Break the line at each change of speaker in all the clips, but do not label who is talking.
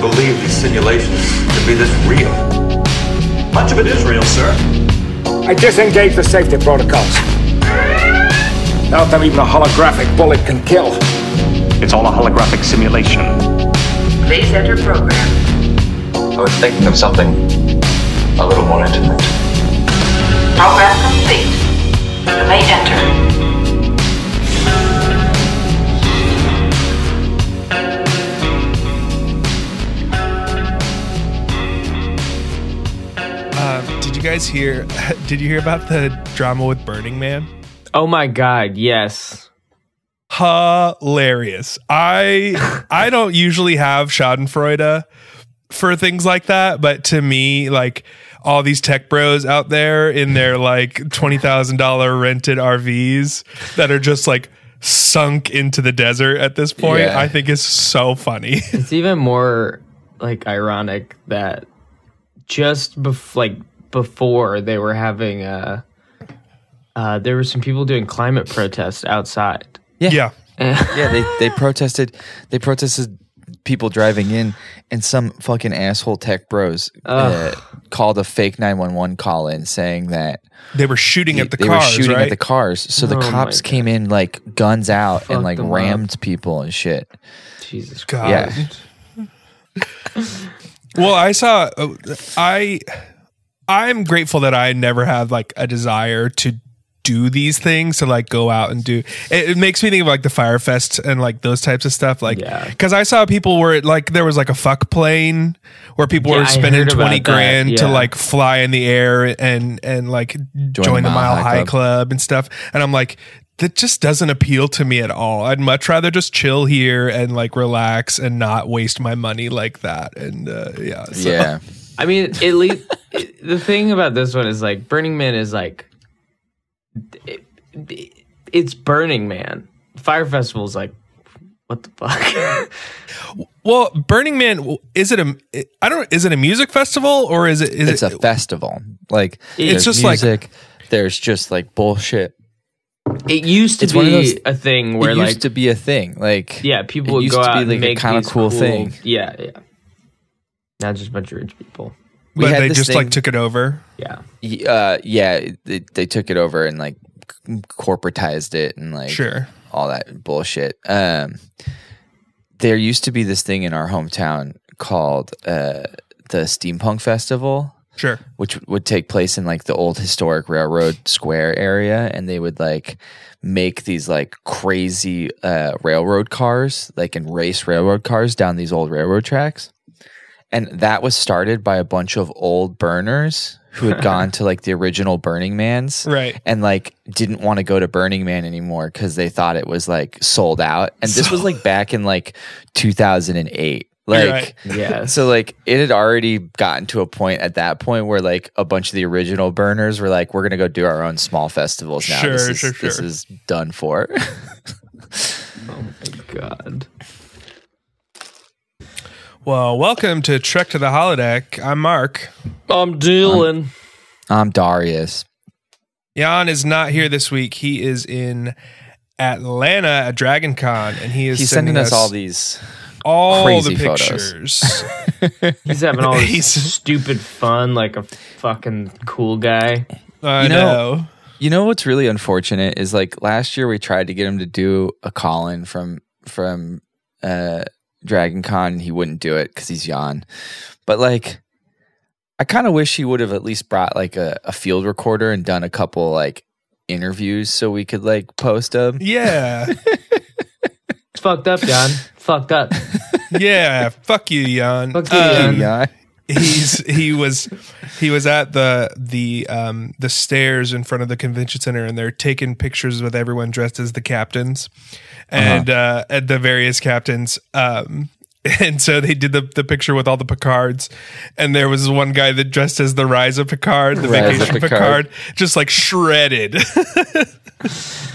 believe these simulations to be this real. Much of it is real, sir.
I disengage the safety protocols. Not that even a holographic bullet can kill.
It's all a holographic simulation.
Please enter program.
I was thinking of something a little more intimate.
Program complete. You may enter.
Uh, did you guys hear? Did you hear about the drama with Burning Man?
Oh my god, yes.
hilarious. I I don't usually have Schadenfreude for things like that, but to me, like all these tech bros out there in their like twenty thousand dollar rented RVs that are just like sunk into the desert at this point,
Yeah.
I think is so funny.
It's even more like ironic that just bef- like before they were having uh uh there were some people doing climate protests outside.
yeah.
Yeah, they,
Ah.
they protested. They protested people driving in, and some fucking asshole tech bros uh, called a fake nine one one call in saying that
They were shooting at the
they
cars,
were shooting
right?
at the cars. So the
Oh my
cops
God.
came in like guns out
Fucked
and like
them up.
rammed people and shit.
Jesus
God.
Yeah.
Well, I saw uh, I I'm grateful that I never had like a desire to do these things to like go out and do it, it makes me think of like the firefest and like those types of stuff like
Yeah.
because i saw people where it like there was like a fuck plane where people
Yeah,
were
I
spending
heard about
20
that,
grand to
yeah.
like fly in the air and and like join, the mile high club. and stuff and i'm like that just doesn't appeal to me at all i'd much rather just chill here and like relax and not waste my money like that and uh, yeah so-
Yeah,
I mean, at least the thing about this one is like Burning Man is like it- it- it's Burning Man. Fire Festival is like what the fuck?
Well, Burning Man w- is it a I don't is it a music festival or is it is
it's a
it
festival. Like
It's
there's
just like-
music. there's just like bullshit.
it used to
It's one
be
of those-
a thing
Where
where
it
like
used to be a thing. Like
yeah, people
it
would
used
go
to
out
be
and
like
make
a kind of
these
cool, thing.
Yeah, yeah. Not just a bunch of rich people.
we
but
had
they
this
just like
thing-
took it over.
Yeah.
Y- Uh, yeah, it, it- they took it over and like c- corporatized it and like
Sure.
all that bullshit. Um, there used to be this thing in our hometown called uh, the Steampunk Festival.
Sure.
which would take place in like the old historic railroad square area and they would like make these like crazy uh, railroad cars like and race railroad cars down these old railroad tracks and that was started by a bunch of old burners who had gone to like the original burning man's
Right.
and like didn't want to go to burning man anymore because they thought it was like sold out and this was like back in like 2008 like
Right.
Yeah.
so like it had already gotten to a point at that point where like a bunch of the original burners were like, we're gonna go do our own small festivals now. this
Sure,
is,
sure,
This
sure.
is done for.
God.
Well, welcome to Trek to the Holodeck. I'm Mark.
I'm dealing.
I'm Um, Darius.
Jan is not here this week. He is in Atlanta at Dragon Con and he is
He's sending us all these.
all
crazy
the
photos.
pictures.
He's having all
He's-
this stupid fun like a fucking cool guy.
I
You know-
know.
You know what's really unfortunate is like last year we tried to get him to do a call in from from uh Dragon Con. He wouldn't do it because he's yawn. But like I kind of wish he would have at least brought like a, a field recorder and done a couple like interviews so we could like post them.
Yeah.
It's fucked up, John. fucked up.
Yeah. Fuck you, Jan.
Fuck you,
Um,
Jan.
Yeah.
he's he was he was at the the um the stairs in front of the convention center and they're taking pictures with everyone dressed as the captains
Uh-huh.
and uh and the various captains um and so they did the, the picture with all the Picards, and there was one guy that dressed as the Rise of Picard, the
Rise of
Vacation Picard.
Picard.
just like shredded.
with
It's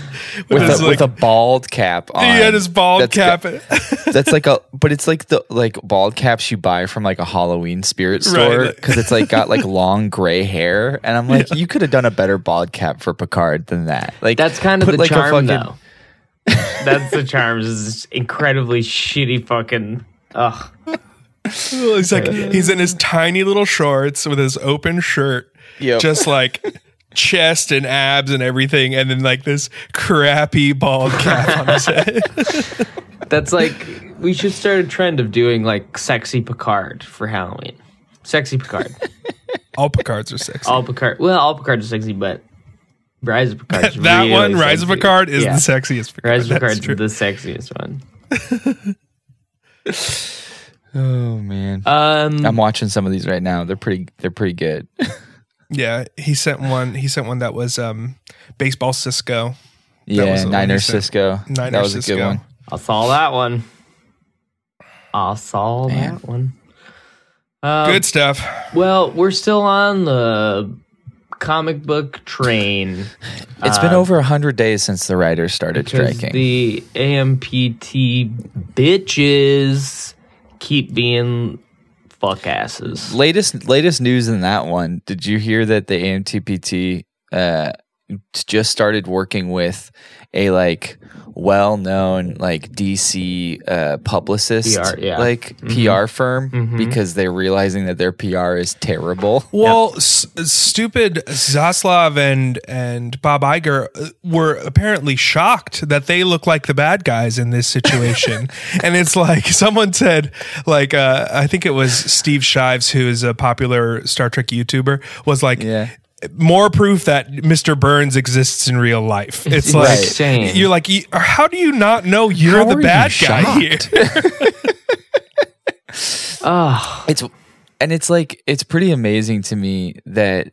a,
like-
with a bald cap on.
he had his bald
That's
cap.
go- that's like a, but it's like the like bald caps you buy from like a Halloween spirit
Right,
store
like-
because it's like got like long gray hair, and I'm like, you could have done a better bald cap for Picard than that. Like
That's kind of
put,
the
like, a
charm
fucking-
though. That's the charm is this incredibly shitty fucking ugh.
He's like he's in his tiny little shorts with his open shirt,
Yep.
just like chest and abs and everything, and then like this crappy bald cap on his head.
That's like we should start a trend of doing like sexy Picard for Halloween. Sexy Picard.
All Picards are sexy.
all Picard. Well, all Picards are sexy, but Rise of Picard.
that one, Rise of Picard, is
yeah.
the sexiest. Picard.
Rise of
That's
Picard's
true.
the sexiest one.
Oh man,
Um,
I'm watching some of these right now. They're pretty. They're pretty good.
Yeah, he sent one. He sent one that was um, baseball Cisco. was
yeah,
the one
Niner
you said.
Cisco.
Niner
that was
Cisco.
a good one.
I saw that one. I saw
Man.
that one. Oh.
Good stuff.
Well, we're still on the comic book train.
It's been over a hundred days since the writers started
Uh, Because
striking.
The AMPT bitches keep being fuck asses.
latest latest news in that one. Did you hear that the AMTPT uh, just started working with a like well known like DC uh, publicist
PR, yeah.
like PR firm because they're realizing that their PR is terrible.
Well, s- stupid Zaslav and and Bob Iger uh, were apparently shocked that they look like the bad guys in this situation. and it's like someone said, like uh, I think it was Steve Shives, who is a popular Star Trek YouTuber, was like.
Yeah.
More proof that Mr. Burns exists in real life. It's like
insane.
you're like, "You- how do you not know you're
How
the
are you
bad guy here?
shocked?
Ah.
It's and it's like it's pretty amazing to me that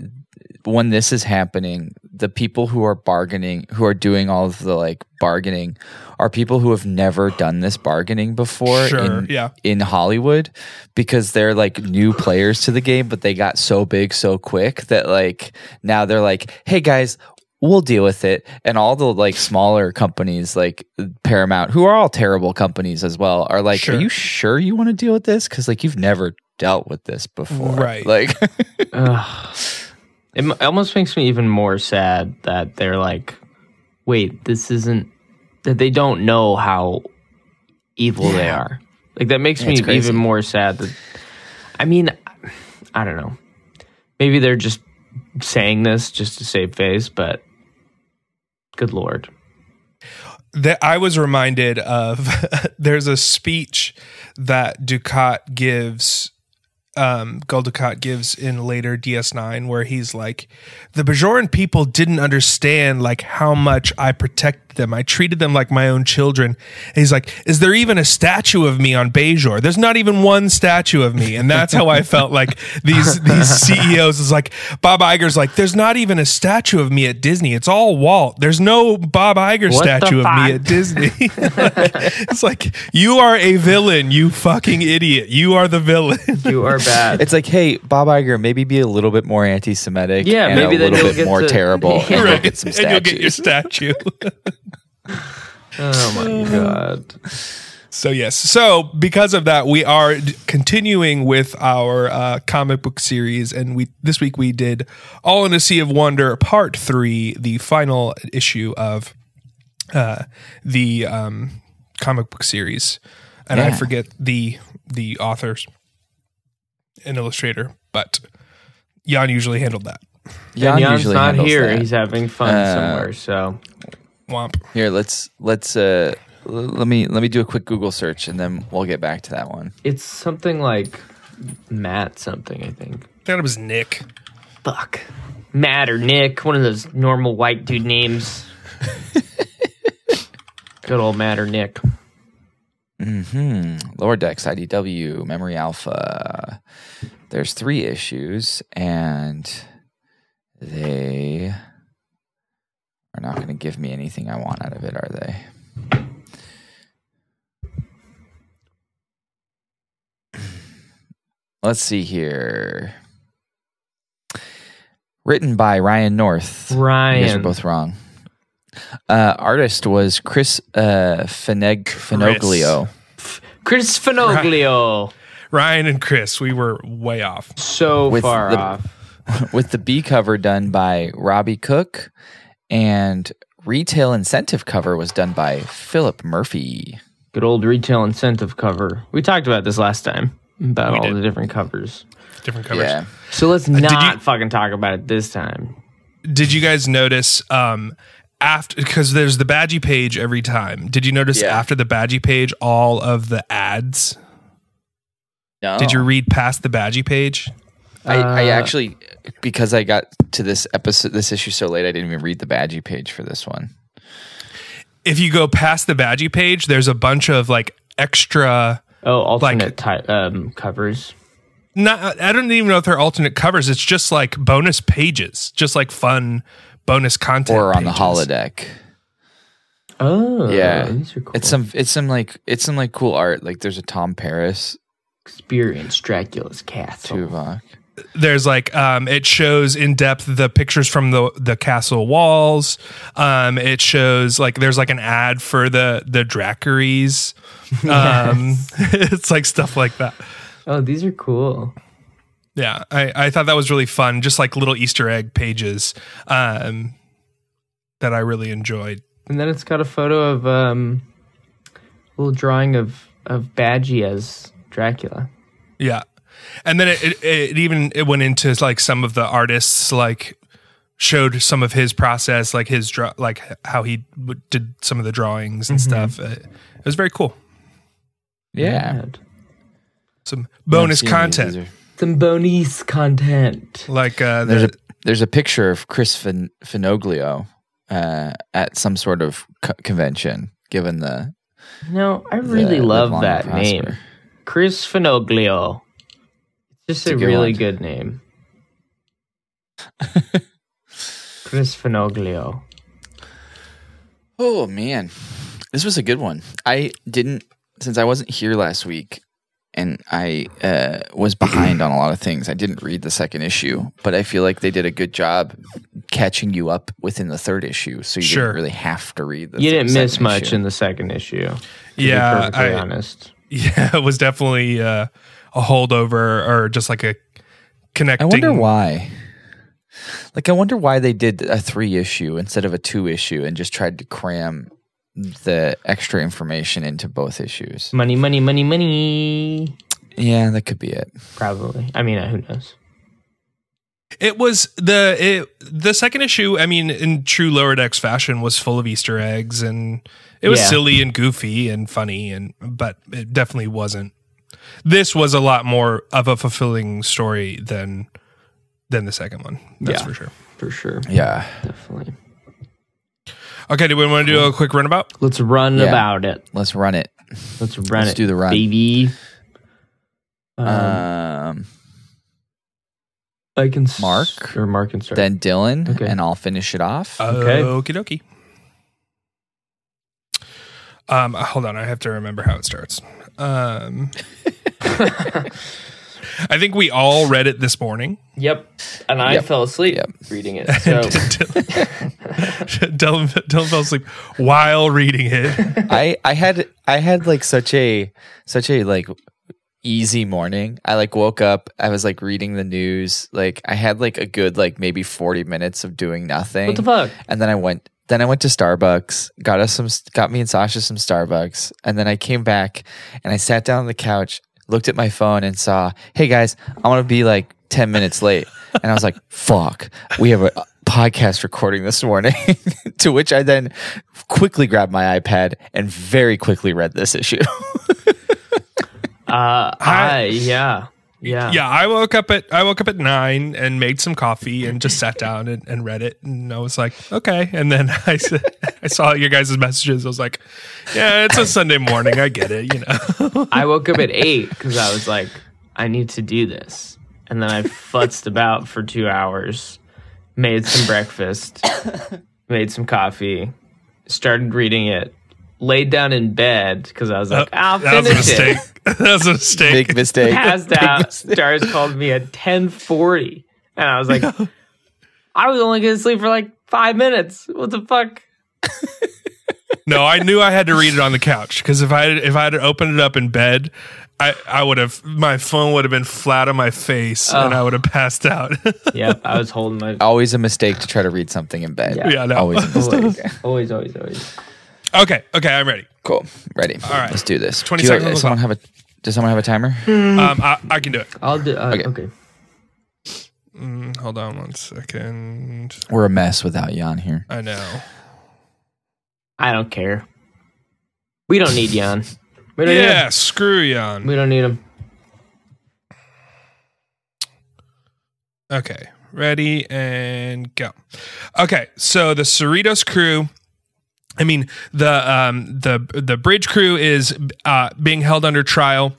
when this is happening, the people who are bargaining, who are doing all of the like bargaining, are people who have never done this bargaining before
Sure,
in,
yeah.
in Hollywood because they're like new players to the game, but they got so big so quick that like now they're like, hey guys, we'll deal with it. And all the like smaller companies like Paramount, who are all terrible companies as well, are like,
Sure.
are you sure you want to deal with this? Because like you've never dealt with this before.
Right.
Like,
It m- almost makes me even more sad that they're like, wait, this isn't that they don't know how evil they are. Like that makes me
it's crazy.
even more sad that I mean, I don't know. Maybe they're just saying this just to save face, but good lord.
that I was reminded of there's a speech that Ducat gives um Gul Dukat gives in later DS9 where he's like the Bajoran people didn't understand like how much I protected them. I treated them like my own children. And he's like, is there even a statue of me on Bajor? There's not even one statue of me. And that's how I felt like these these CEOs is like Bob Iger's like, there's not even a statue of me at Disney. It's all Walt. There's no Bob Iger
What the
statue of me
fuck?
at Disney. Like, it's like you are a villain, you fucking idiot. You are the villain.
You are bad.
it's like, hey, Bob Iger, maybe be a little bit more anti-Semitic.
Yeah,
and
maybe
a
then
little
you'll
bit
get
more
to-
terrible. And
Yeah.
you'll get some
and you'll get your
statues.
statue.
oh my god.
so yes, so because of that, we are d- continuing with our uh, comic book series, and we this week we did All in a Sea of Wonder Part Three, the final issue of uh, the um, comic book series, and I
Yeah.
forget the the authors and illustrator, but Jan usually handled that.
Jan
Jan's
usually
not
handles
here.
that. Uh,
He's having fun somewhere, so
Womp.
Here, let's let's uh l- let me let me do a quick Google search and then we'll get back to that one.
it's something like Matt something, I think.
That was Nick.
Fuck. Matt or Nick, one of those normal white dude names. Good old Matt or Nick.
Hmm. Lower Decks, IDW, Memory Alpha. There's three issues, and they are not going to give me anything I want out of it, are they? Let's see here. Written by Ryan North. You guys are
Ryan.
both wrong. Uh, artist was Chris uh, Fineg- Finoglio.
Chris Finoglio.
Ryan and Chris, we were way off.
So
With
far
the-
off.
with the B cover done by Robbie Cook, and retail incentive cover was done by Philip Murphy.
Good old retail incentive cover. We talked about this last time. about
We
all
did.
the different covers. Uh,
different covers.
Yeah.
So let's not
you-
fucking talk about it this time.
Did you guys notice um after because there's the badgy page every time. Did you notice
Yeah.
after the badgy page all of the ads?
No.
Did you read past the badgy page?
I, I
Uh,
actually because I got to this episode this issue so late I didn't even read the badgie page for this one.
If you go past the badgy page, there's a bunch of like extra
Oh, alternate type um, covers.
not I don't even know if they're alternate covers. It's just like bonus pages, just like fun bonus content
Or on the
pages.
holodeck.
Oh,
yeah.
these are cool.
It's some it's some like it's some like cool art. Like there's a Tom Paris
experience Dracula's castle.
Tuvok.
there's like um, it shows in depth the pictures from the the castle walls. Um, it shows like there's like an ad for the the Dracaries. Um, it's like stuff like that.
Oh, these are cool.
Yeah, I, I thought that was really fun. Just like little Easter egg pages um, that I really enjoyed.
And then it's got a photo of um, a little drawing of of Badgie as Dracula.
Yeah, and then it, it, it even it went into like some of the artists like showed some of his process, like his draw, like how he w- did some of the drawings and
Mm-hmm.
stuff. It, it was very cool.
Yeah.
Mad.
Some bonus
I've seen these.
content,
These are-
Some bonus content.
like uh,
there's a
the,
there's a picture of Chris fin- Finoglio uh, at some sort of co- convention given the
No, I really
the
love
Long
that
Prosper.
name. Chris Finoglio. It's just
a
a,
good
really
one.
good name. Chris Finoglio.
Oh man, this was a good one. I didn't since I wasn't here last week, and I uh, was behind on a lot of things. I didn't read the second issue, but I feel like they did a good job catching you up within the third issue, so you
Sure.
didn't really have to read. The
You
th-
didn't miss
second
much
issue.
in the second issue. To be
yeah,
perfectly
I,
honest.
yeah, it was definitely uh, a holdover or just like a
I
connecting.
wonder why. Like, I wonder why they did a three issue instead of a two issue, and just tried to cram the extra information into both issues.
Money, money, money, money.
Yeah, that could be it.
Probably. I mean, uh, who knows?
It was the it, the second issue. I mean, in true Lower Decks fashion, was full of Easter eggs, and it was
Yeah.
silly and goofy and funny, and but it definitely wasn't. This was a lot more of a fulfilling story than than the second one. That's
Yeah.
for sure.
For sure.
Yeah.
Definitely.
Okay, do we want to do a quick runabout?
Let's run
Yeah.
about it.
Let's run it.
Let's run
Let's
it.
do the run.
Baby. Um,
Um,
I can. s-
Mark,
Or Mark can start.
then Dylan,
Okay. Uh,
and I'll finish it off.
Okay.
Okie dokie. Um, hold on, I have to remember how it starts. Um, I think we all read it this morning.
Yep. And I
Yep.
fell asleep
Yep.
reading it. So
Dylan, Dylan fell asleep while reading it.
I, I had I had like such a such a like easy morning. I like woke up, I was like reading the news, like I had like a good like maybe 40 minutes of doing nothing.
what the fuck?
And then I went then I went to Starbucks, got us some got me and Sasha some Starbucks, and then I came back and I sat down on the couch, looked at my phone and saw, "Hey guys, I'm going to be like 10 minutes late." And I was like, "Fuck. We have a podcast recording this morning." to which I then quickly grabbed my iPad and very quickly read this issue.
Uh, I, yeah. Yeah.
Yeah, I woke up at I woke up at nine and made some coffee and just sat down and, and read it and I was like, okay. And then I s- I saw your guys' messages. I was like, yeah, it's a Sunday morning. I get it. You know.
I woke up at eight because I was like, I need to do this. And then I futzed about for two hours, made some breakfast, made some coffee, started reading it, laid down in bed because I was like, I'll
That was a
finish it.
mistake. That was a mistake.
Big mistake.
Passed out. Stars called me at 1040. And I was like, I was only going to sleep for like five minutes. What the fuck?
No, I knew I had to read it on the couch because if I if I had opened it up in bed, I I would have my phone would have been flat on my face and I would have passed out.
Yep. I was holding my.
Always a mistake to try to read something in bed.
Yeah.
yeah, no.
Always a mistake.
Always, always, always, always.
Okay, okay, I'm ready.
Cool. Ready. All
right.
Let's do this.
20
Do you-
seconds on the
Does someone have a Does someone have a timer?
Um, I, I can do it.
I'll do. Uh,
Okay.
okay.
Hold on one second.
We're a mess without Jan here.
I know.
I don't care. We don't need Jan. We don't need
Yeah,
him.
screw Jan.
We don't need him.
Okay, ready and go. Okay, so the Cerritos crew. I mean the um, the the bridge crew is uh, being held under trial.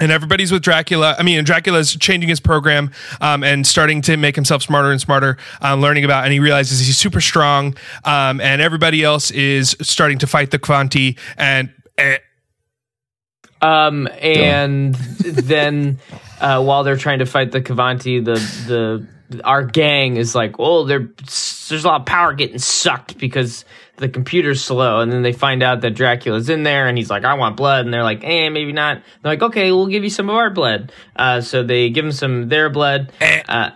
and everybody's with Dracula. I mean, and Dracula's changing his program um, and starting to make himself smarter and smarter, um, learning about, and he realizes he's super strong. Um, and everybody else is starting to fight the Quanti, and eh,
Um, and then uh, while they're trying to fight the Cavanti, the the our gang is like, "Oh, there- there's a lot of power getting sucked because the computer's slow." And then they find out that Dracula's in there, and he's like, "I want blood," and they're like, "Eh, maybe not." They're like, "Okay, we'll give you some of our blood." Uh, so they give him some of their blood.
Eh,
Uh,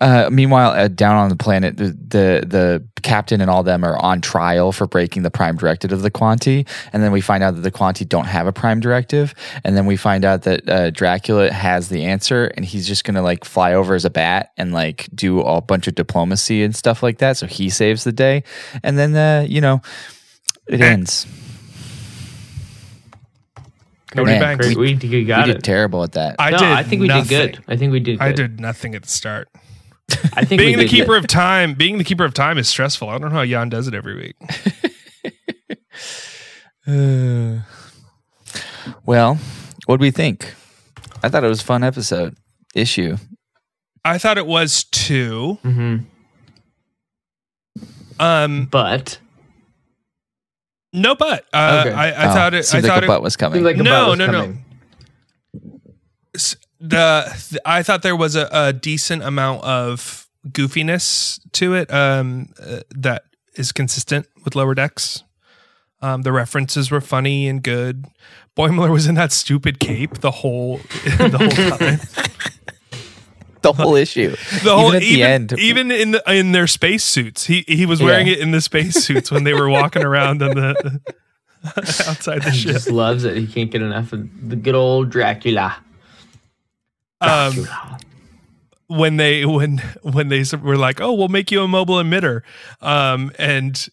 Uh, meanwhile, uh, down on the planet, the, the the captain and all them are on trial for breaking the prime directive of the Quanti, and then we find out that the Quanti don't have a prime directive, and then we find out that uh, Dracula has the answer, and he's just gonna like fly over as a bat and like do a bunch of diplomacy and stuff like that. So he saves the day, and then uh, you know it ends.
Cody
Man,
Banks.
great, we, we got
we
it.
did terrible at that.
I
no,
did.
I think we
nothing.
did good. I think we did. Good.
I did nothing at the start.
I think
Being the
we did good.
keeper of time, being the keeper of time is stressful. I don't know how Jan does it every week.
Well, what do we think? I thought it was a fun episode issue.
I thought it was too. Um,
but
no, but uh,
Okay.
I, I
Oh,
thought it. I
seemed like
thought
a
it
butt was coming.
seemed like a
No,
bot was
no, no.
coming.
s- the th- I thought there was a, a decent amount of goofiness to it um, uh, that is consistent with lower decks. Um, the references were funny and good. Boimler was in that stupid cape the whole the whole time.
the whole issue.
The whole
even at the end.
even in the, in their space suits. He he was wearing
Yeah.
it in the space suits when they were walking around on the outside the ship.
just loves it. He can't get enough of the good old Dracula.
Um, when they when when they were like, "Oh, we'll make you a mobile emitter," um, and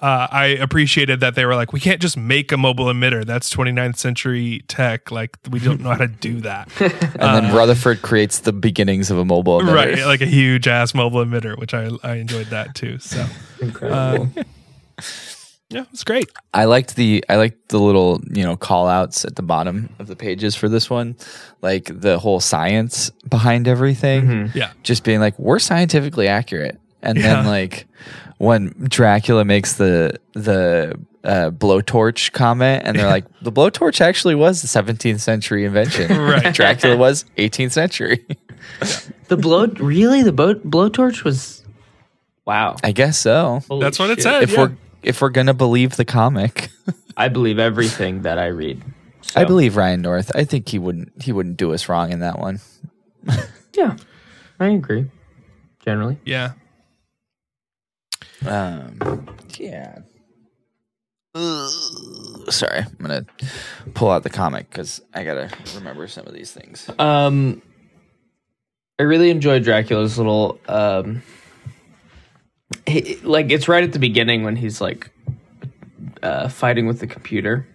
uh, I appreciated that they were like, "We can't just make a mobile emitter. That's 29th century tech. Like we don't know how to do that,
and then Rutherford creates the beginnings of a mobile. emitter.
uh, right? Like a huge ass mobile emitter, which I I enjoyed that too. So Um,
Incredible.
yeah, it's great.
I liked the I liked the little you know call outs at the bottom of the pages for this one, like the whole science behind everything.
Yeah,
Just being like we're scientifically accurate, and then
Mm-hmm. Yeah.
like when Dracula makes the the uh, blowtorch comment, and they're like the blowtorch actually was the 17th century invention.
Right.
Dracula was 18th century.
the blow, really? The boat blowtorch was. Wow.
I guess so.
Holy
that's what it
shit.
said.
if
yeah.
we're if we're gonna believe the comic.
I believe everything that I read. So,
I believe Ryan North. I think he wouldn't he wouldn't do us wrong in that one.
Yeah, I agree. Generally,
yeah,
Um, yeah. Sorry, I'm gonna pull out the comic because I gotta remember some of these things.
um, I really enjoyed Dracula's little um, he, like it's right at the beginning when he's like uh, fighting with the computer.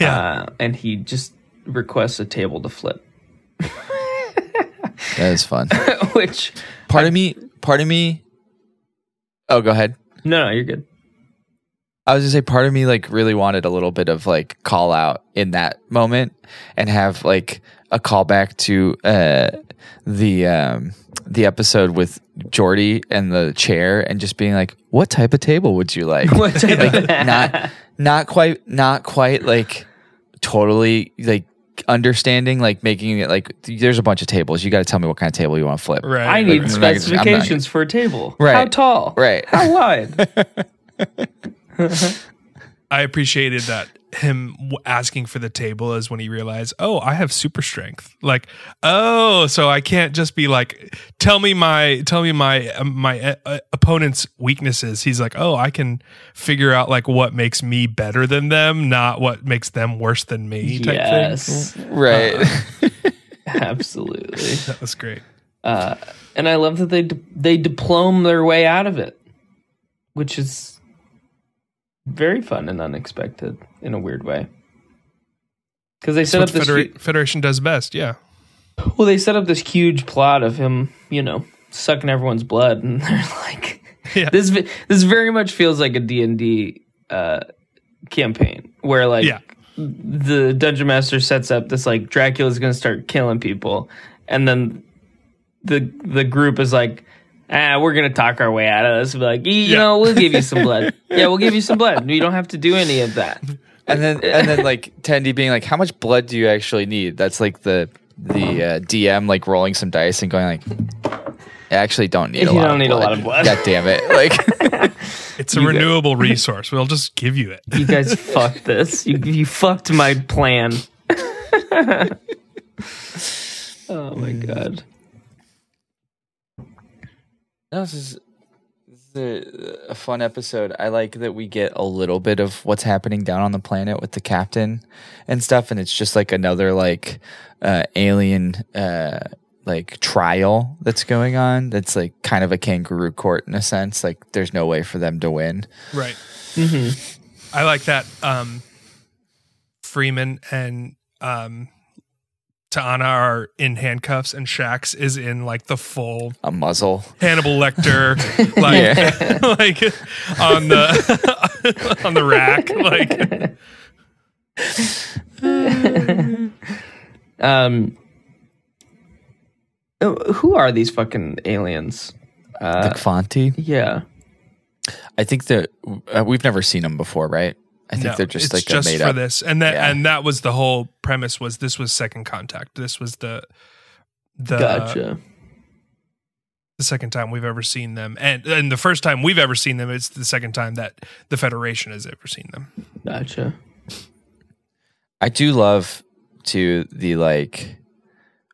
Yeah.
uh, and he just requests a table to flip,
That is fun.
which
Part of me, part of me. Oh, go ahead.
no, no, you're good.
I was gonna say part of me like really wanted a little bit of like call out in that moment and have like a callback to uh the um the episode with Jordy and the chair and just being like, what type of table would you like?
What type of-
not not quite not quite like totally like understanding like making it like there's a bunch of tables you got to tell me what kind of table you want to flip
right.
I
right,
need
right.
I'm not gonna-
specifications for a table.
Right.
How tall?
Right.
How wide?
I appreciated that him w- asking for the table is when he realized, oh, I have super strength. Like, oh, so I can't just be like, tell me my, tell me my, uh, my uh, opponent's weaknesses. He's like, oh, I can figure out like what makes me better than them, not what makes them worse than me. Type Thing.
yes,
Right.
absolutely.
That was great.
And I love that they d they diplome their way out of it, which is very fun and unexpected in a weird way. Because they set
What
up this
Federa- Federation does best. Yeah.
hu- well, they set up this huge plot of him, you know, sucking everyone's blood, and they're like,
Yeah.
this vi- this very much feels like a D and D uh, campaign where like
Yeah.
the dungeon master sets up this like Dracula's gonna start killing people, and then the the group is like, ah, we're gonna talk our way out of this. Be like, you
Yeah.
know, we'll give you some blood. yeah, we'll give you some blood. You don't have to do any of that.
and then and then like Tendy being like, "How much blood do you actually need?" That's like the the uh, DM like rolling some dice and going like, "I actually don't need a
You
lot.
don't
of
need a
blood.
lot of blood.
God damn it! Like,
It's a renewable resource. We'll just give you it.
You guys fucked this. You you fucked my plan. oh my god.
no, this is, this is a, a fun episode. I like that we get a little bit of what's happening down on the planet with the captain and stuff, and it's just like another like uh, alien. Uh, like trial that's going on that's like kind of a kangaroo court in a sense like there's no way for them to win
Right.
Mm-hmm.
I like that. Um, Freeman and um, Taana are in handcuffs, and Shax is in like the full
a muzzle
Hannibal Lecter, like like on the on the rack. Like
Um, oh, who are these fucking aliens?
Uh,
the Fonte.
Yeah,
I think that uh, we've never seen them before, right? I think
no,
they're just
it's
like
just
a made
for
up.
this, and that
Yeah.
and that was the whole premise. Was this was second contact? This was the the
gotcha.
the second time we've ever seen them, and and the first time we've ever seen them. It's the second time that the Federation has ever seen them.
gotcha.
I do love to the like.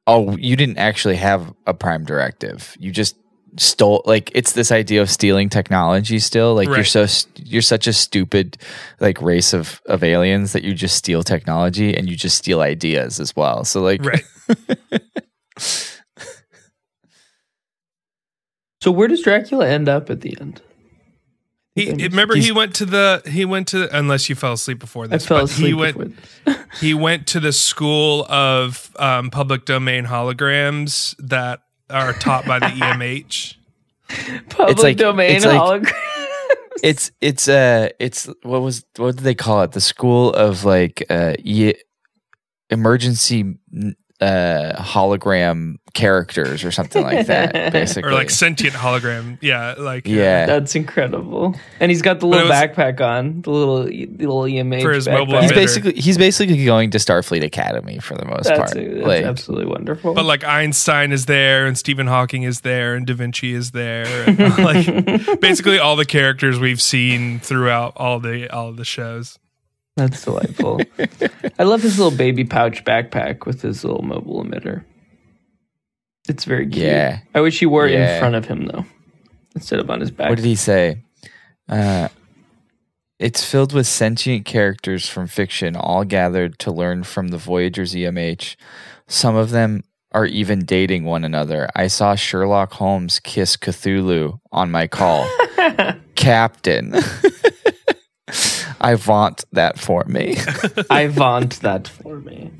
Oh, you didn't actually have a prime directive. You just stole. Like it's this idea of stealing technology. Still, like you're
Right.
so st- you're such a stupid like race of of aliens that you just steal technology and you just steal ideas as well. So like
Right.
So where does Dracula end up at the end?
He
He's-
remember he went to the he went to unless you fell asleep before
I
this.
fell
but
asleep.
He went
before this.
he went to the school of um, public domain holograms that are taught by the E EMH.
Public
like-
domain
it's like-
hologram.
it's it's uh it's what was what did they call it the school of like uh ye- emergency n- uh hologram characters or something like that basically
or like sentient hologram. Yeah, like uh,
yeah
That's incredible. And he's got the
it
little
was-
backpack on, the little the little EMH
For his mobile
backpack.
he's
better.
basically he's basically going to starfleet academy for the most
That's,
part
that's
like
absolutely wonderful.
But like Einstein is there, and Stephen Hawking is there, and Da Vinci is there, and like basically all the characters we've seen throughout all the all the shows.
That's delightful. I love his little baby pouch backpack with his little mobile emitter. It's very cute.
Yeah.
I wish he wore it
Yeah.
in front of him though, instead of on his back.
what did he say uh it's filled with sentient characters from fiction, all gathered to learn from the Voyager's EMH. Some of them are even dating one another. I saw Sherlock Holmes kiss Cthulhu on my call. Captain. I vaunt that for me.
I vaunt that for me.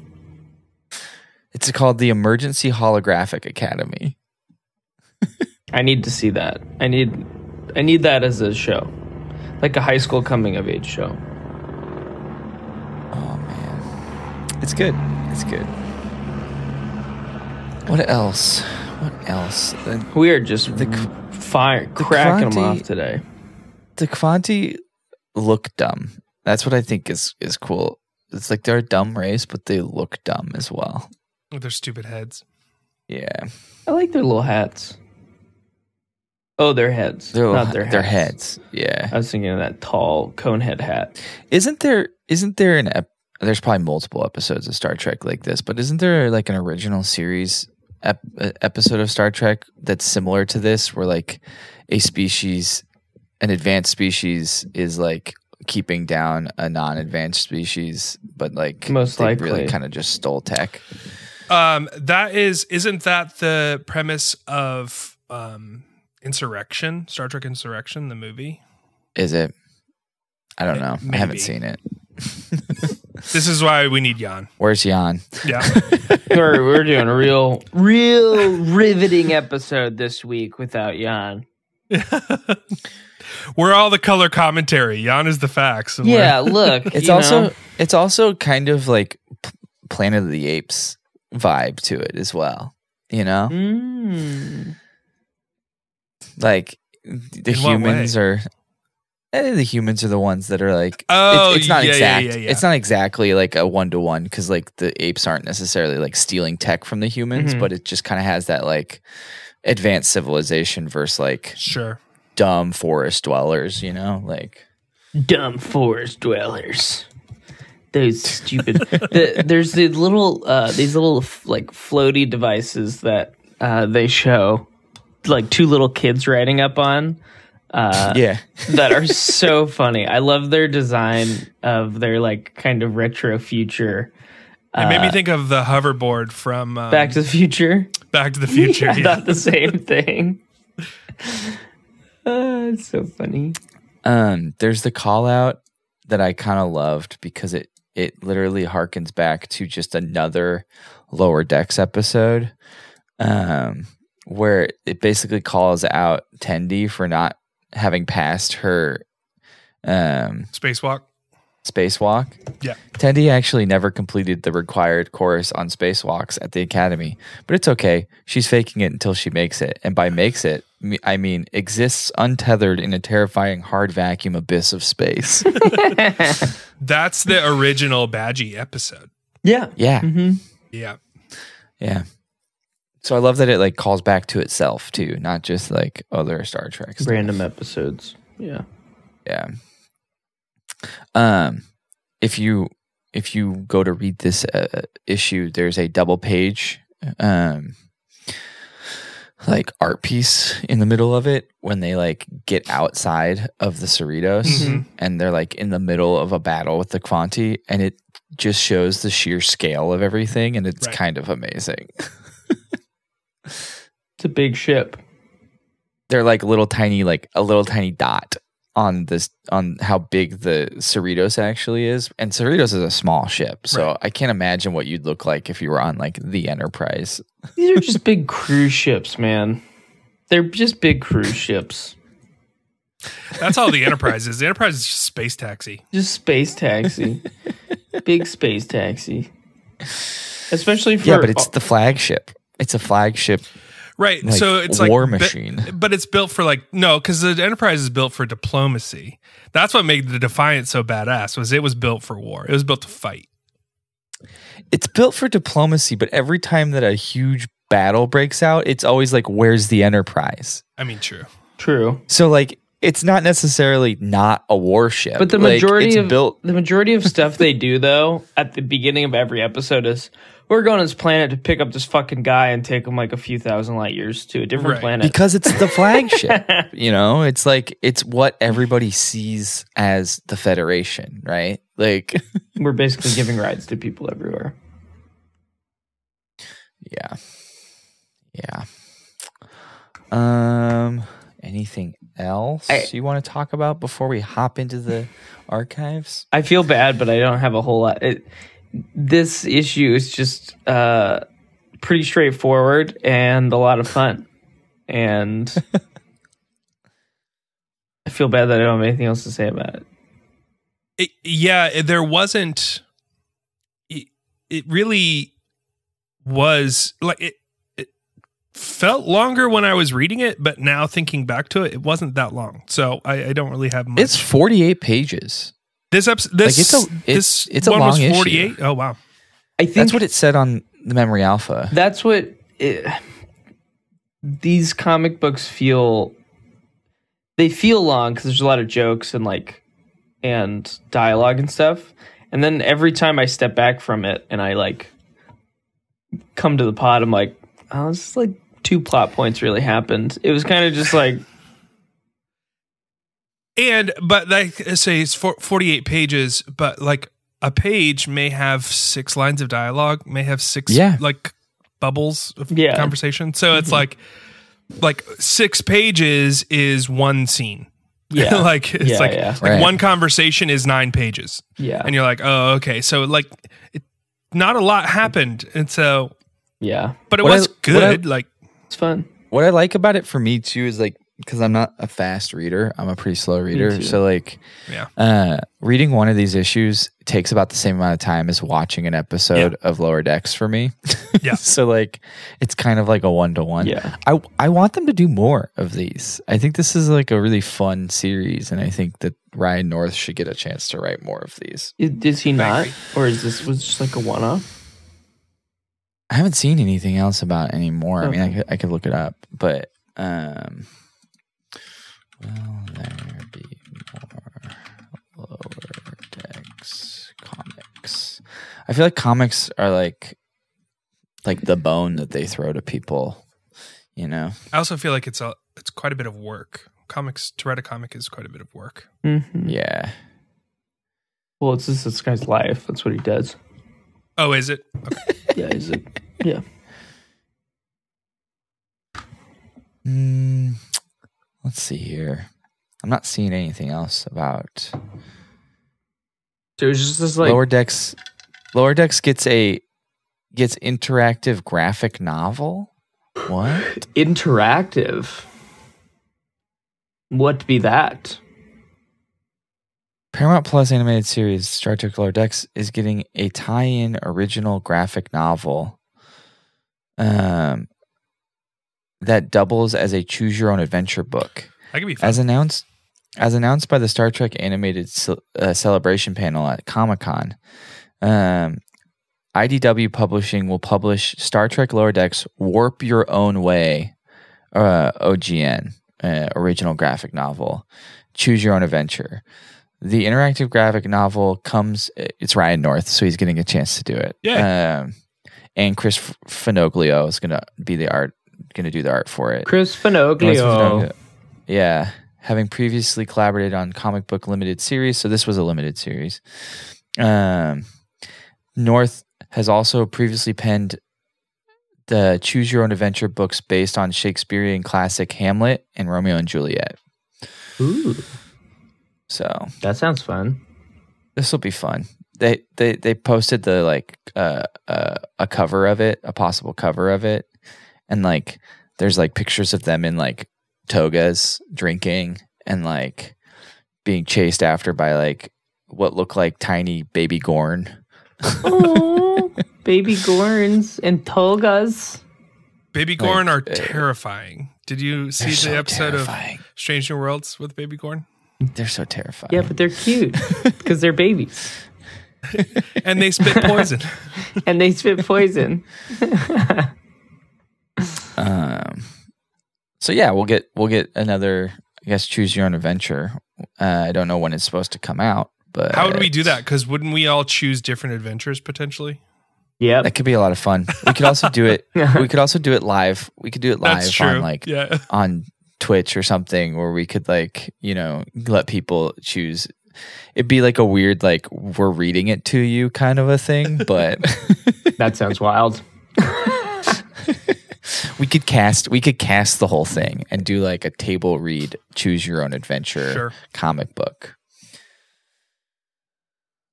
It's called the Emergency Holographic Academy.
I need to see that. I need, I need that as a show, like a high school coming of age show.
It's good. It's good. What else? What else? The,
We are just the fire cracking them
Kvanti-
off today.
the Quanti look dumb. That's what I think is is cool. It's like they're a dumb race, but they look dumb as well.
With their stupid heads.
Yeah.
I like their little hats. Oh, their heads,
They're
not their
their
hats.
heads. Yeah.
I was thinking of that tall cone head hat.
Isn't there isn't there an ep- there's probably multiple episodes of Star Trek like this, but isn't there like an original series ep- uh, episode of Star Trek that's similar to this where like a species an advanced species is like keeping down a non-advanced species but like
Most
they
likely.
really kind of just stole tech
Um, that is, isn't that the premise of um, Insurrection, Star Trek Insurrection, the movie?
is it i don't
May-
know i haven't
maybe.
seen it
This is why we need Jan.
where's jan
Yeah.
Sorry, we're doing a real, real riveting episode this week without Jan.
we're all the color commentary. Jan is the facts. and we're-
Yeah, look,
it's
you
also
know,
it's also kind of like P- planet of the apes vibe to it as well you know
Mm.
like the
In what
humans are eh, the humans are the ones that are like it's-
Oh,
it's, not
yeah, yeah,
exact
yeah, yeah.
it's not exactly like a one-to-one because like the apes aren't necessarily like stealing tech from the humans
Mm-hmm.
Mhm.
but it just kind of has that like advanced civilization versus like
Sure.
dumb forest dwellers you know like
dumb forest dwellers. Those stupid. the, there's the little, uh, these little f- like floaty devices that uh, they show, like two little kids riding up on.
Uh,
yeah
that are so funny. I love their design of their like kind of retro future.
It made me think of the hoverboard from um,
Uh, Back to the Future.
Back to the Future.
I
yeah.
thought the same thing. Uh, it's so funny.
Um, there's the call out that I kind of loved because it it literally harkens back to just another lower decks episode, um, where it basically calls out Tendy for not having passed her um
Spacewalk.
spacewalk.
Yeah.
Tendy actually never completed the required course on spacewalks at the academy, but it's okay. She's faking it until she makes it. And by makes it, me- I mean exists untethered in a terrifying hard vacuum abyss of space.
That's the original Badgie episode.
Yeah.
yeah.
Yeah.
Yeah. So I love that it like calls back to itself too, not just like other Star Trek. stuff.
Random episodes. Yeah.
Yeah. Um, if you if you go to read this uh, issue, there's a double page, um, like art piece in the middle of it when they like get outside of the Cerritos and they're like in the middle of a battle with the Quanti, and it just shows the sheer scale of everything, and it's
Right.
kind of amazing.
It's a big ship.
they're like little tiny like a little tiny dot on this on how big the Cerritos actually is. And Cerritos is a small ship. So I can't imagine what you'd look like if you were on like the Enterprise.
These are just big cruise ships, man. They're just big cruise ships.
That's all the Enterprise is. The Enterprise is just space taxi.
Just space taxi. big space taxi. Especially for oh,
yeah, but it's the flagship. It's a flagship.
Right.
Like,
so it's like
war
bu-
machine.
But, it's built for like no, because the Enterprise is built for diplomacy. That's what made the Defiant so badass. Was it was built for war. It was built to fight.
It's built for diplomacy, but every time that a huge battle breaks out, it's always like, where's the Enterprise?
I mean, true.
true.
So like it's not necessarily not a warship.
But the
Like,
majority
it's
of
built
the majority of stuff they do though at the beginning of every episode is we're going to this planet to pick up this fucking guy and take him like a few thousand light years to a different
Right.
planet.
because it's the flagship you know it's like it's what everybody sees as the federation right like
we're basically giving rides to people everywhere.
yeah yeah um anything else
I-
you want to talk about before we hop into the archives
I feel bad, but I don't have a whole lot. It, this issue is just uh, pretty straightforward and a lot of fun. And I feel bad that I don't have anything else to say about it.
it, yeah it- there wasn't it, it really was like it, it felt longer when i was reading it but now thinking back to it it wasn't that long so i, I don't really have much
it's 48 pages
this episode this
it's a- it's-
this
it's a
one was
long issue.
48 oh wow
I think
that's what it said on the memory alpha
that's what it, these comic books feel they feel long because there's a lot of jokes and like and dialogue and stuff And then every time I step back from it and I like come to the pod, I'm like, oh, this is like two plot points really happened. It was kind of just like,
And but like I say it's for, 48 pages, but like a page may have six lines of dialogue, may have six
Yeah.
like bubbles of
Yeah. Mm-hmm.
conversation. So it's like like six pages is one scene.
yeah,
like it's
Yeah,
like,
yeah.
like
Right.
one conversation is nine pages.
Yeah.
And you're like, "Oh, okay." So like it, not a lot happened. And so
yeah,
but it
What I-
was
what I-
good. like
it's fun.
what I like about it for me too is like because I'm not a fast reader, I'm a pretty slow reader.
too.
So like,
Yeah.
uh, reading one of these issues takes about the same amount of time as watching an episode of Lower Decks for me.
Yeah.
so like, it's kind of like a one to one.
Yeah.
I I want them to do more of these. I think this is like a really fun series, and I think that Ryan North should get a chance to write more of these.
Is, is he not, or is this was just like a one off?
I haven't seen anything else about it anymore. I mean, I
Okay.
could, I could look it up, but um, will there be more lower decks comics? I feel like comics are like like the bone that they throw to people. You know,
I also feel like it's a it's quite a bit of work. Comics to write a comic is quite a bit of work.
Mm-hmm.
yeah,
Well, it's just this guy's life. That's what he does.
Oh, is it?
Yeah, he's a, yeah.
Mm, let's see here. I'm not seeing anything else about
So it was just this like
lower decks. Lower decks gets a gets interactive graphic novel. What?
interactive. What be that?
Paramount Plus animated series Star Trek Lower Decks is getting a tie-in original graphic novel. Um, that doubles as a choose your own adventure book.
That could be fun.
As announced, as announced by the Star Trek animated ce- uh, celebration panel at Comic Con, um, IDW Publishing will publish Star Trek Lower Decks Warp Your Own Way, uh, OGN, uh, original graphic novel. Choose Your Own Adventure. The interactive graphic novel comes, it's Ryan North, so he's getting a chance to do it.
Yeah.
Um, and Chris F- Finoglio is going to be the art, going to do the art for it.
Chris
Unless we've done
Finoglio.
it. Yeah. Having previously collaborated on comic book limited series, so this was a limited series. Um, North has also previously penned the Choose Your Own Adventure books based on Shakespearean classic Hamlet and Romeo and Juliet.
Ooh,
So
that sounds fun.
this will be fun. They they they posted the like uh, uh a cover of it, a possible cover of it, and like there's like pictures of them in like togas drinking and like being chased after by like what look like tiny baby Gorn.
Oh, baby Gorns and Tolgas.
Baby Gorn are terrifying. Did you see the
uh, so
episode
terrifying.
of Strange New Worlds with Baby Gorn?
They're so terrifying.
Yeah, but they're cute because they're babies
And they spit poison.
and they spit poison.
Um, so yeah, we'll get we'll get another. I guess choose your own adventure. Uh, I don't know when it's supposed to come out, but
How would we do that? Because wouldn't we all choose different adventures potentially?
Yep.
That could be a lot of fun. We could also do it. we could also do it live. We could do it live
That's true.
on like
yeah.
on Twitch or something, where we could like you know let people choose. It'd be like a weird like we're reading it to you kind of a thing, but
That sounds wild.
we could cast we could cast the whole thing and do like a table read, choose your own adventure
Sure.
comic book.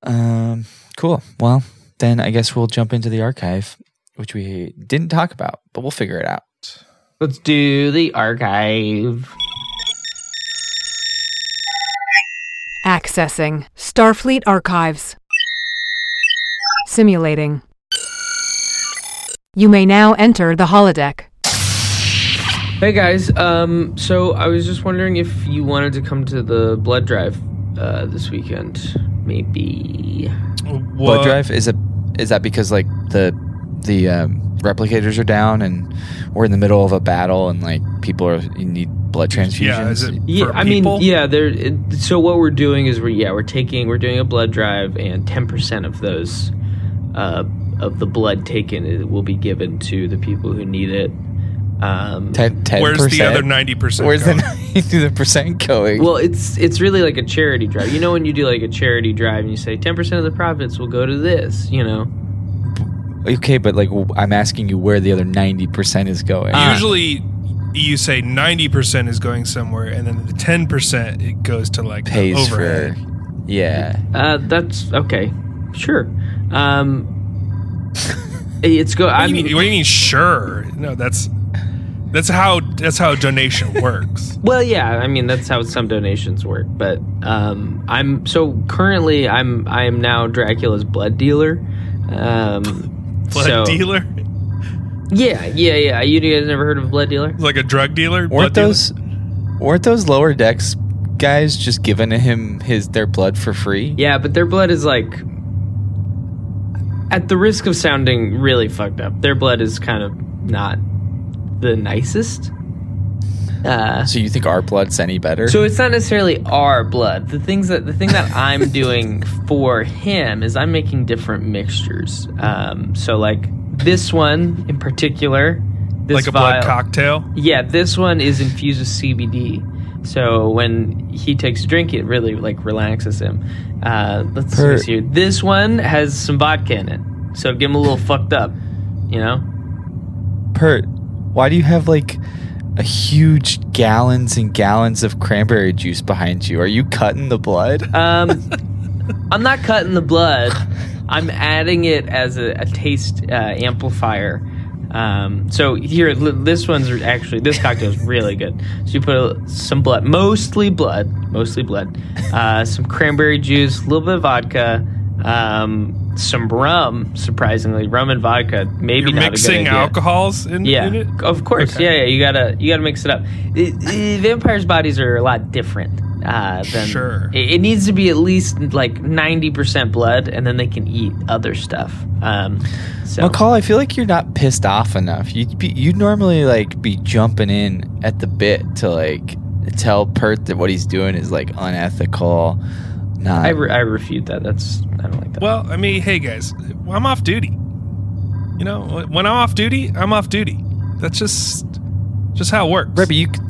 Um, cool. Well, then I guess we'll jump into the archive, which we didn't talk about, but we'll figure it out.
Let's do the archive.
Accessing Starfleet Archives. Simulating. You may now enter the holodeck.
Hey guys, um, so I was just wondering if you wanted to come to the blood drive uh, this weekend, maybe.
What?
blood drive is a is that because like the the um replicators are down and we're in the middle of a battle and like people are you need blood transfusions.
Yeah, is it
Yeah,
for
I
people?
mean, yeah. There. it- So what we're doing is we're yeah we're taking we're doing a blood drive and ten percent of those uh, of the blood taken i- will be given to the people who need it. Um,
Ten- 10%?
Where's the other 90%?
Where's
going?
the ninety percent going?
well, it's it's really like a charity drive. You know, when you do like a charity drive and you say ten percent of the profits will go to this. You know,
okay, but like w- I'm asking you where the other ninety percent is going.
Ah,
Usually you say 90% is going somewhere and then the 10% it goes to like the
pays
overhead.
for. Yeah,
uh, that's okay. Sure. Um, it's go.
What
I
do, you mean,
mean,
what do you mean sure? No, that's that's how that's how donation works.
Well, yeah, I mean that's how some donations work, but um, I'm so currently I'm I am now Dracula's blood dealer. Um,
Blood
so-
dealer?
Yeah, yeah, yeah. You guys never heard of a blood dealer?
Like a drug dealer? Blood
weren't
dealer?
those weren't those lower decks guys just giving him his their blood for free?
Yeah, but their blood is like, at the risk of sounding really fucked up, their blood is kind of not the nicest. Uh,
So you think our blood's any better?
So it's not necessarily our blood. The things that the thing that I'm doing for him is I'm making different mixtures. Um, so like this one in particular, this
like a blood
vial-
cocktail?
Yeah, this one is infused with CBD. So when he takes a drink, it really like relaxes him. Uh, let's
Per-
see here. This one has some vodka in it, so get him a little fucked up. You know,
Pert, why do you have like a huge gallons and gallons of cranberry juice behind you? Are you cutting the blood?
Um, I'm not cutting the blood. I'm adding it as a, a taste uh, amplifier. Um, so here, l- this one's re- actually this cocktail's really good. So you put a, some blood, mostly blood, mostly blood, uh, some cranberry juice, a little bit of vodka, um, some rum. Surprisingly, rum and vodka. Maybe
You're
not a good
mixing
idea.
alcohols in,
Yeah,
in it?
of course.
Okay.
Yeah, yeah. You gotta you gotta mix it up. I- I- vampires' bodies are a lot different uh, than.
Sure.
It, it needs to be at least like ninety percent blood, and then they can eat other stuff. Um, so
McCall, I feel like you're not pissed off enough. You'd be, you'd normally like be jumping in at the bit to like tell Pert that what he's doing is like unethical. Not
I, re- I refute that. That's I don't like that.
Well, I mean, hey guys, I'm off duty. You know, wh- when I'm off duty, I'm off duty. That's just just how it works.
right, but you. c-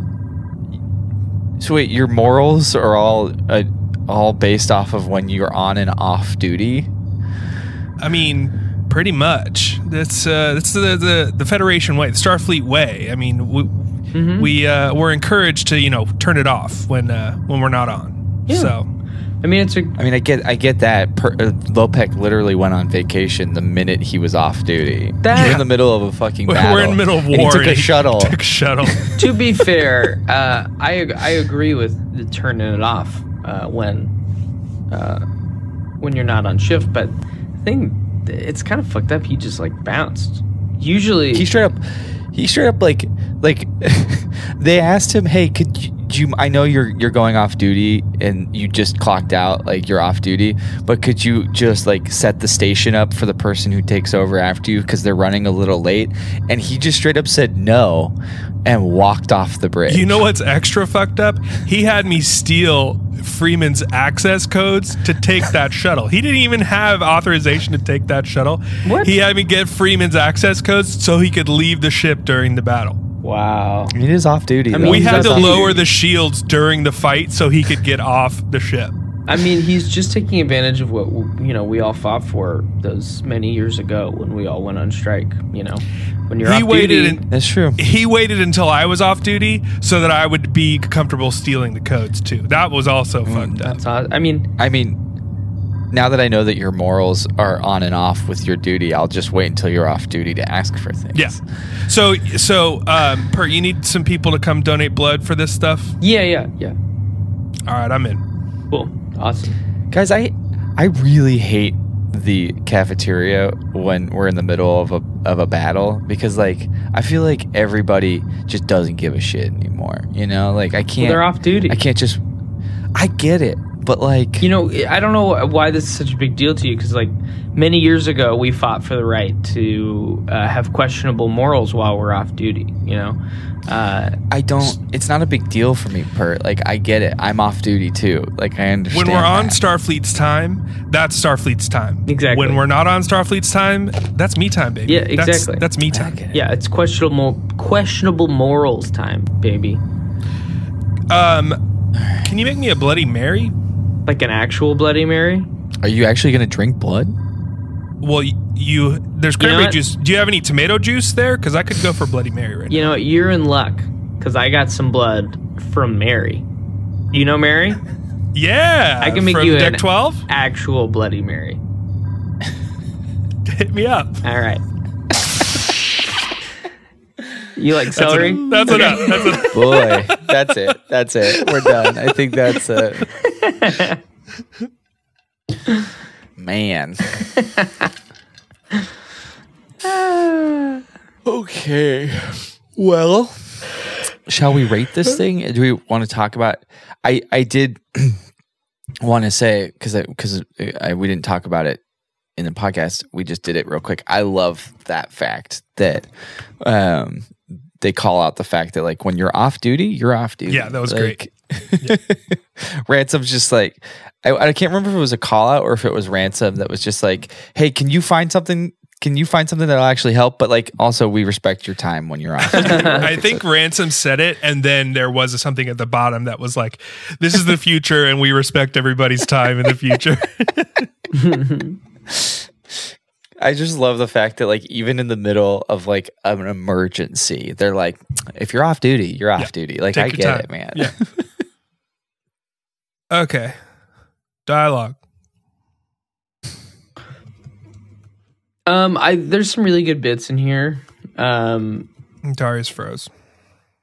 So wait, your morals are all uh, all based off of when you're on and off duty.
I mean, pretty much. That's uh, that's the, the the Federation way, the Starfleet way. I mean, we
Mm-hmm.
we uh, we're encouraged to you know turn it off when uh, when we're not on. So
I mean, it's a
I mean, I get, I get that. Per, uh, Lopek literally went on vacation the minute he was off duty.
That-
we're in the middle of a fucking
we're,
battle.
we're in the middle of
And
war.
he took
and
a shuttle.
took a shuttle.
to be fair, uh, I ag- I agree with the turning it off uh, when uh, when you're not on shift. But the thing, it's kind of fucked up. He just like bounced. Usually,
he straight up, he straight up like, like, they asked him, "Hey, could you, do you? I know you're you're going off duty and you just clocked out, like you're off duty, but could you just like set the station up for the person who takes over after you because they're running a little late?" And he just straight up said no, and walked off the bridge.
You know what's extra fucked up? He had me steal Freeman's access codes to take that shuttle. He didn't even have authorization to take that shuttle.
What?
He had me get Freeman's access codes so he could leave the ship during the battle.
wow.
It is off duty.
I
though.
mean,
We
He's
had
off
to
duty.
lower the shields during the fight so he could get off the ship.
I mean, he's just taking advantage of what you know we all fought for those many years ago when we all went on strike. You know, when you're
he
off
waited.
duty,
And,
That's true.
he waited until I was off duty so that I would be comfortable stealing the codes too. That was also
Mm,
fucked up.
That's aw- I mean,
I mean, now that I know that your morals are on and off with your duty, I'll just wait until you're off duty to ask for things.
Yeah. So so um, per you need some people to come donate blood for this stuff.
yeah, yeah, yeah.
All right, I'm in.
Cool, awesome.
Guys, I I really hate the cafeteria when we're in the middle of a of a battle because like I feel like everybody just doesn't give a shit anymore. You know, like I can't
they're off duty.
I can't just I get it. but like
You know, I don't know why this is such a big deal to you because, like, many years ago, we fought for the right to uh, have questionable morals while we're off duty. You know, uh,
I don't. It's not a big deal for me, Pert. Like I get it. I'm off duty too. Like I
When
understand.
we're on
that.
Starfleet's time, that's Starfleet's time.
Exactly.
When we're not on Starfleet's time, that's me time, baby.
Yeah,
That's-
exactly.
That's, me time.
yeah, it's questionable questionable morals time, baby.
Um, can you make me a Bloody Mary?
Like an actual Bloody Mary.
are you actually gonna drink blood?
Well, y- you there's
You know
cranberry
what?
juice. Do you have any tomato juice there? Because I could go for Bloody Mary right
You know, what? you're in luck because I got some blood from Mary. You know Mary?
now. Yeah,
I can make
from
you
deck
an
twelve.
actual Bloody Mary.
Hit me up.
All right. you like
That's
celery?
enough. That's enough. That's enough.
Boy, that's it. That's it. We're done. I think that's it. Man. okay. Well, shall we rate this thing? Do we want to talk about? I I did want to say because because I, we didn't talk about it in the podcast. We just did it real quick. I love that fact that um, they call out the fact that like when you're off duty, you're off duty.
Yeah, that was
Like, Ransom's just like I, I can't remember if it was a call out or if it was Ransom that was just like, hey, can you find something? Can you find something that'll actually help? But like, also we respect your time when you're off.
I think Ransom said it, and then there was something at the bottom that was like, "This is the future, and we respect everybody's time in the future."
I just love the fact that like even in the middle of like an emergency, they're like, if you're off duty, you're off duty. Like
Take
I
your
get
time.
it, man.
Yeah. okay, dialogue.
Um, I there's some really good bits in here. Um,
Darius froze.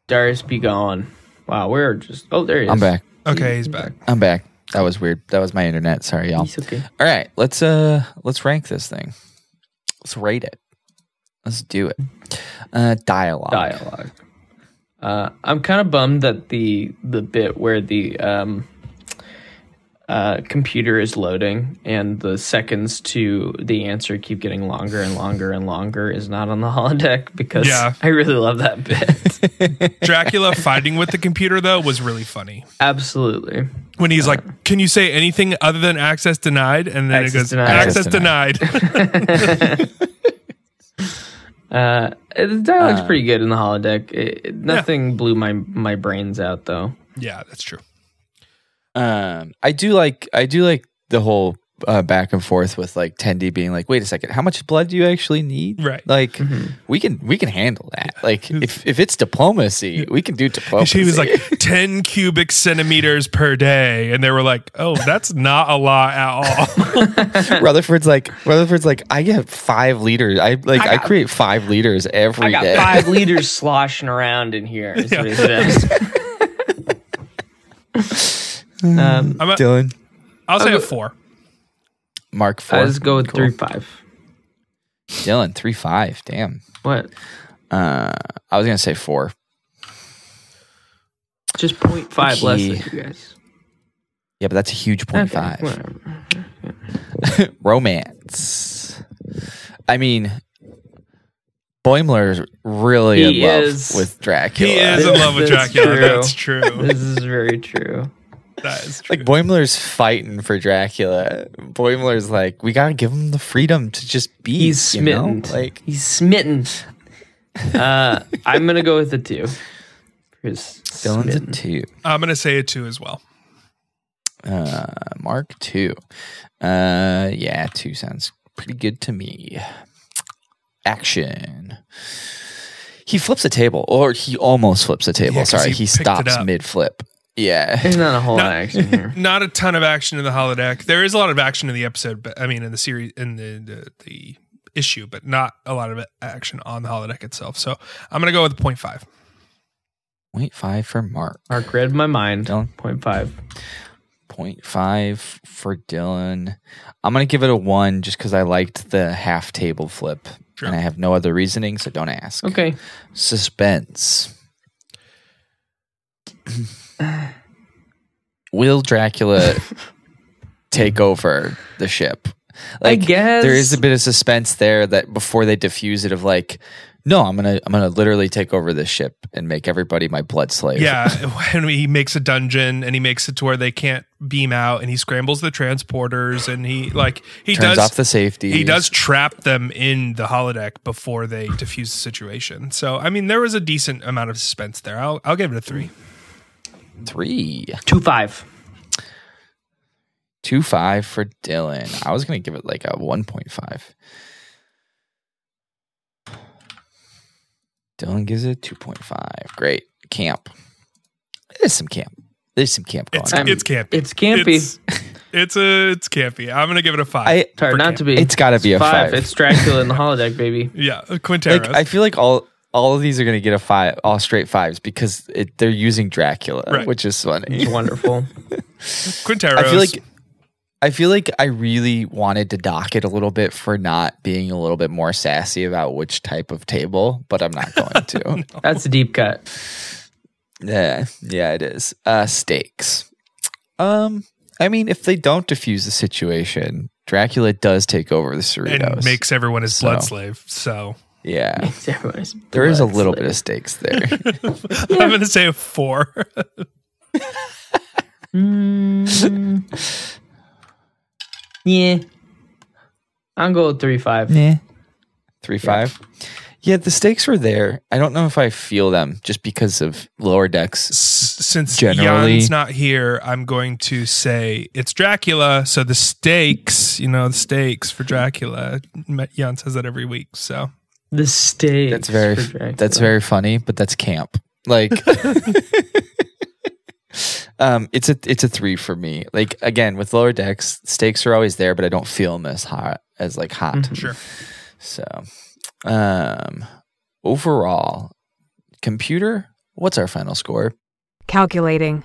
Darius be gone. Wow, we're just oh there he is.
I'm back.
Okay, he's back.
I'm back. That was weird. That was my internet. Sorry, y'all.
It's okay.
All right, let's uh let's rank this thing. Let's rate it. Let's do it. Uh dialogue.
Dialogue. Uh, I'm kind of bummed that the the bit where the um, uh, computer is loading and the seconds to the answer keep getting longer and longer and longer is not on the holodeck because
Yeah.
I really love that bit.
Dracula fighting with the computer though was really funny
Absolutely.
when he's like, "Can you say anything other than access denied?" And then
Access
it goes,
denied.
"Access
Access
denied."
Uh, The dialogue's pretty good in the holodeck. It, it- nothing blew my my brains out though.
yeah, that's true.
Um I do like I do like the whole uh, back and forth with like Tendy being like, wait a second, how much blood do you actually need?
Right.
Like
Mm-hmm.
we can we can handle that. Like if, if it's diplomacy, we can do diplomacy.
She was like 10 cubic centimeters per day. And they were like, oh, that's not a lot at all.
Rutherford's like Rutherford's like, I get five liters. I like I, create five liters
I
every day.
got five liters sloshing around in here. is what he says. um,
I'm a,
Dylan.
I'll say a four.
Mark four.
I just go with three five.
Dylan, three five. Damn.
What?
Uh, I was gonna say four.
Just point five less
Okay.
than you guys.
Yeah, but that's a huge point
Okay,
five.
whatever.
Romance. I mean, Boimler's really
He
in love
is-
with Dracula.
He is in love with
That's
Dracula.
true.
That's true.
This is very true.
That is true.
Like Boimler's fighting for Dracula. Boimler's like, we gotta give him the freedom to just be.
He's
you know?
smitten.
Like,
he's smitten. Uh, I'm gonna go with the two. He's
Dylan's
smitten.
a two.
I'm going to say a two as well.
Uh, Mark two. Uh, yeah, two sounds pretty good to me. Action. He flips a table, or he almost flips a table.
'cause
Sorry,
he
he
picked it
stops
up.
mid flip. Yeah,
There's not a whole
No.
lot of action here.
Not a ton of action in the holodeck. There is a lot of action in the episode, but I mean, in the series, in the, the, the issue, but not a lot of action on the holodeck itself. So I'm going to go with 0.5.
point five for Mark.
Mark read my mind.
Dylan?
Point five.
Point five for Dylan. I'm gonna give it a one just because I liked the half table flip,
Sure.
and I have no other reasoning, so don't ask.
Okay.
Suspense. will Dracula take over the ship? Like
guess.
there is a bit of suspense there that before they diffuse it of like, no, I'm gonna I'm gonna literally take over this ship and make everybody my blood slave.
Yeah, when he makes a dungeon and he makes it to where they can't beam out, and he scrambles the transporters, and he like he
Turns
does
off the safety.
He does trap them in the holodeck before they diffuse the situation. So I mean, there was a decent amount of suspense there. I'll I'll give it a three.
three.
Two five.
Two five for Dylan. I was gonna give it like a one point five. Dylan gives it two point five. Great camp. There's some camp. There's some camp going
It's
on.
it's campy.
It's campy.
It's, it's a it's campy. I'm gonna give it a five.
I
Sorry, not to be.
It's gotta be a five.
It's Dracula in the holodeck, baby.
yeah, uh, Quintero.
like I feel like all all of these are gonna get a five, all straight fives because it, they're using Dracula,
Right.
which is funny.
It's wonderful.
Quintero.
I feel like I feel like I really wanted to dock it a little bit for not being a little bit more sassy about which type of table, but I'm not going to.
That's a deep cut.
Yeah, yeah, it is. Uh stakes. Um, I mean, if they don't diffuse the situation, Dracula does take over the
and
Cerritos.
makes everyone his blood
So.
slave. So
yeah,
Everybody's
there is a
blood
little
slave.
bit of stakes there.
I'm gonna say a four.
Yeah. I'll go with three five.
Yeah. Three five. Yeah, the stakes were there. I don't know if I feel them just because of lower decks.
S- Since
Generally-
Jan's not here, I'm going to say it's Dracula. So the stakes, you know, the stakes for Dracula. Jan says that every week. So
The stakes.
That's very
for Dracula.
that's very funny, but that's camp. Like um it's a it's a three for me. Like again, with lower decks, stakes are always there, but I don't feel them as hot as like hot.
Mm-hmm. sure.
So um overall, computer, what's our final score?
Calculating.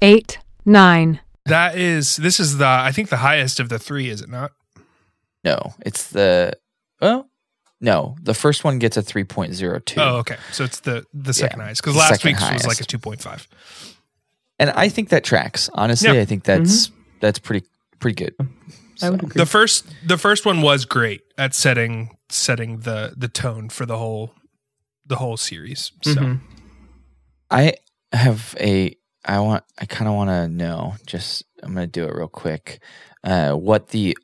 2.89.
That is this is the I think the highest of the three, is it not?
No, it's the well, no, the first one gets a three point zero two.
Oh, okay. So it's the the second highest because
the
last
second
week's was like a
highest.
two point five.
and I think that tracks. Honestly,
Yeah. Mm-hmm.
I think that's that's pretty pretty good.
I would agree.
The first the first one was great at setting setting the the tone for the whole the whole series. So
Mm-hmm.
Mhm.
I have a I want I kind of want to know. Just I'm gonna do it real quick. Uh, what the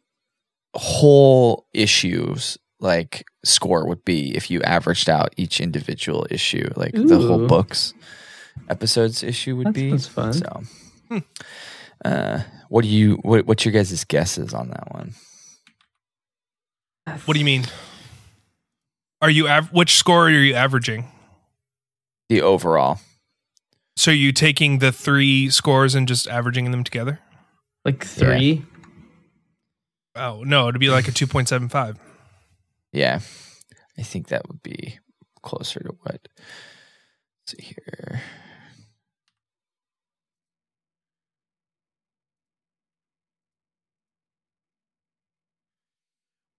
whole issues like score would be if you averaged out each individual issue, like the whole
Ooh.
books episodes issue would
That
be.
sounds fun.
So, uh, what do you what what's your guys' guesses on that one?
what do you mean? Are you av- which score are you averaging?
The overall.
So are you taking the three scores and just averaging them together?
Like three.
Oh no, it'd be like a two point seven five.
Yeah. I think that would be closer to what let's see here.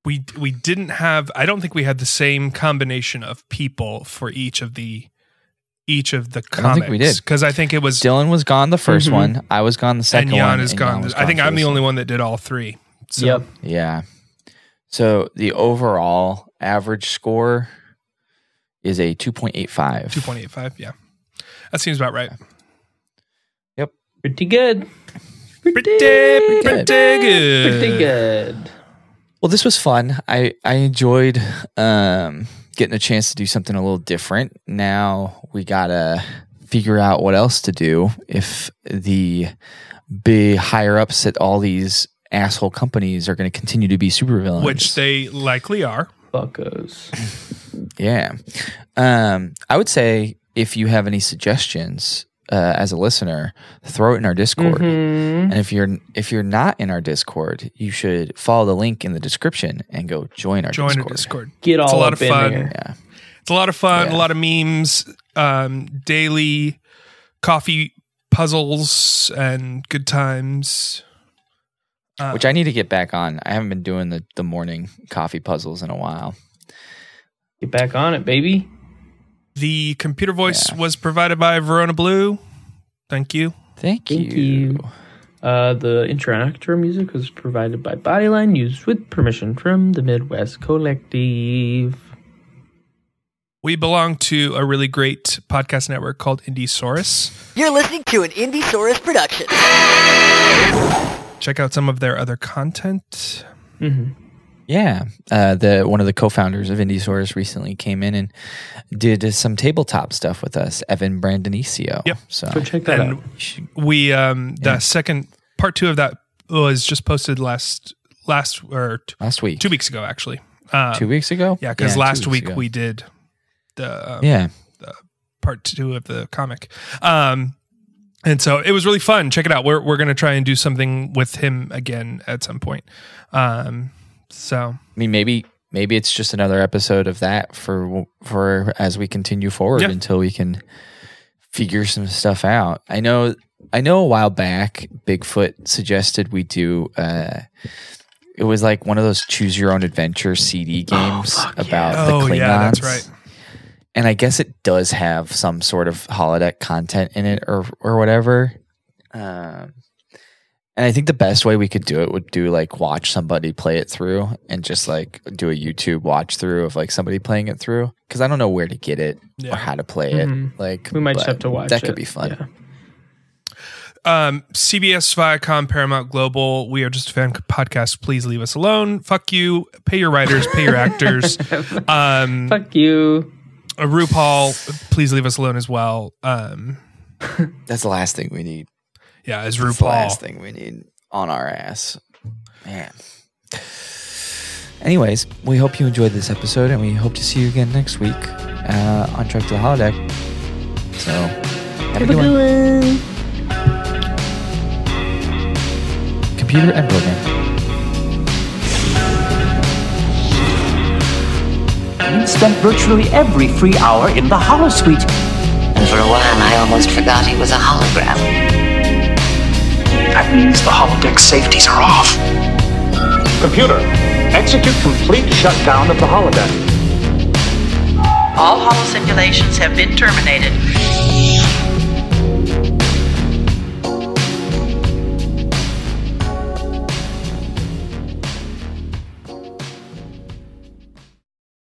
We we didn't have. I don't think we had the same combination of people for each of the each of the
I don't
comics.
think we did.
because I think it was
Dylan was gone the 1st
Mhm.
one. I was gone the second
Mm-hmm. and Jan
one.
is
and
gone.
was
I think
for
I'm the
this-
only one that did all three. So
Yep.
Yeah. So the overall average score is a 2.85.
two point eight five. Yeah, that seems about right.
Pretty good. Pretty,
Pretty, pretty
good.
good.
Pretty good.
Well, this was fun. I I enjoyed um, getting a chance to do something a little different. Now we gotta figure out what else to do if the big higher ups at all these asshole companies are going to continue to be supervillains.
Which they likely are.
Buckos.
Yeah. Um, I would say if you have any suggestions uh, as a listener, throw it in our Discord. And if you're if you're not in our Discord, you should follow the link in the description and go join our
Join
Discord.
our Discord.
Get all
it's a lot
up
of fun.
in here.
It's a lot of fun.
Yeah.
A lot of memes. Um, daily coffee puzzles and good times.
Which I need to get back on. I haven't been doing the, the morning coffee puzzles in a while.
Get back on it, baby.
The computer voice was provided by Verona Blue. Thank you.
Thank,
Thank you. Uh, the intro and outro music was provided by Bodyline, used with permission from the Midwest Collective.
We belong to a really great podcast network called Indiesaurus.
You're listening to an Indiesaurus production.
Check out some of their other content.
Yeah, uh, the one of the co-founders of Indiesaurus recently came in and did some tabletop stuff with us, Evan Brandonicio.
Yep.
So
Go check that
And
out.
we um the second part two of that was just posted last last or t-
last week,
two weeks ago actually. Uh,
two weeks ago.
yeah, because
two
last
weeks
week
ago.
we did the um,
yeah
part two of the comic. Um, and so it was really fun. Check it out. We're we're gonna try and do something with him again at some point. Um, so
I mean, maybe maybe it's just another episode of that for for as we continue forward
Yeah.
until we can figure some stuff out. I know I know a while back Bigfoot suggested we do uh it was like one of those choose your own adventure CD games about the
oh
Klingons.
yeah, that's right.
And I guess it does have some sort of holodeck content in it or or whatever. Um and I think the best way we could do it would do like watch somebody play it through and just like do a YouTube watch through of like somebody playing it through because I don't know where to get it
Yeah.
or how to play
Mhm.
it. Like
We might
but
just have to watch
That could
it.
be fun.
Yeah.
Um, CBS, Viacom, Paramount Global. We are just a fan podcast. Please leave us alone. Fuck you. Pay your writers. Pay your actors. Um,
Fuck you.
uh, RuPaul. Please leave us alone as well. Um,
That's the last thing we need.
yeah, as
That's the last
RuPaul.
thing we need on our ass, man. Anyways, we hope you enjoyed this episode, and we hope to see you again next week uh, on Trek to the Holodeck. So, have a good one. Computer and program.
You spent virtually every free hour in the holosuite.
And for a while, I almost forgot he was a hologram.
That means the holodeck safeties are off.
Computer, execute complete shutdown of the holodeck.
All hollow simulations have been terminated.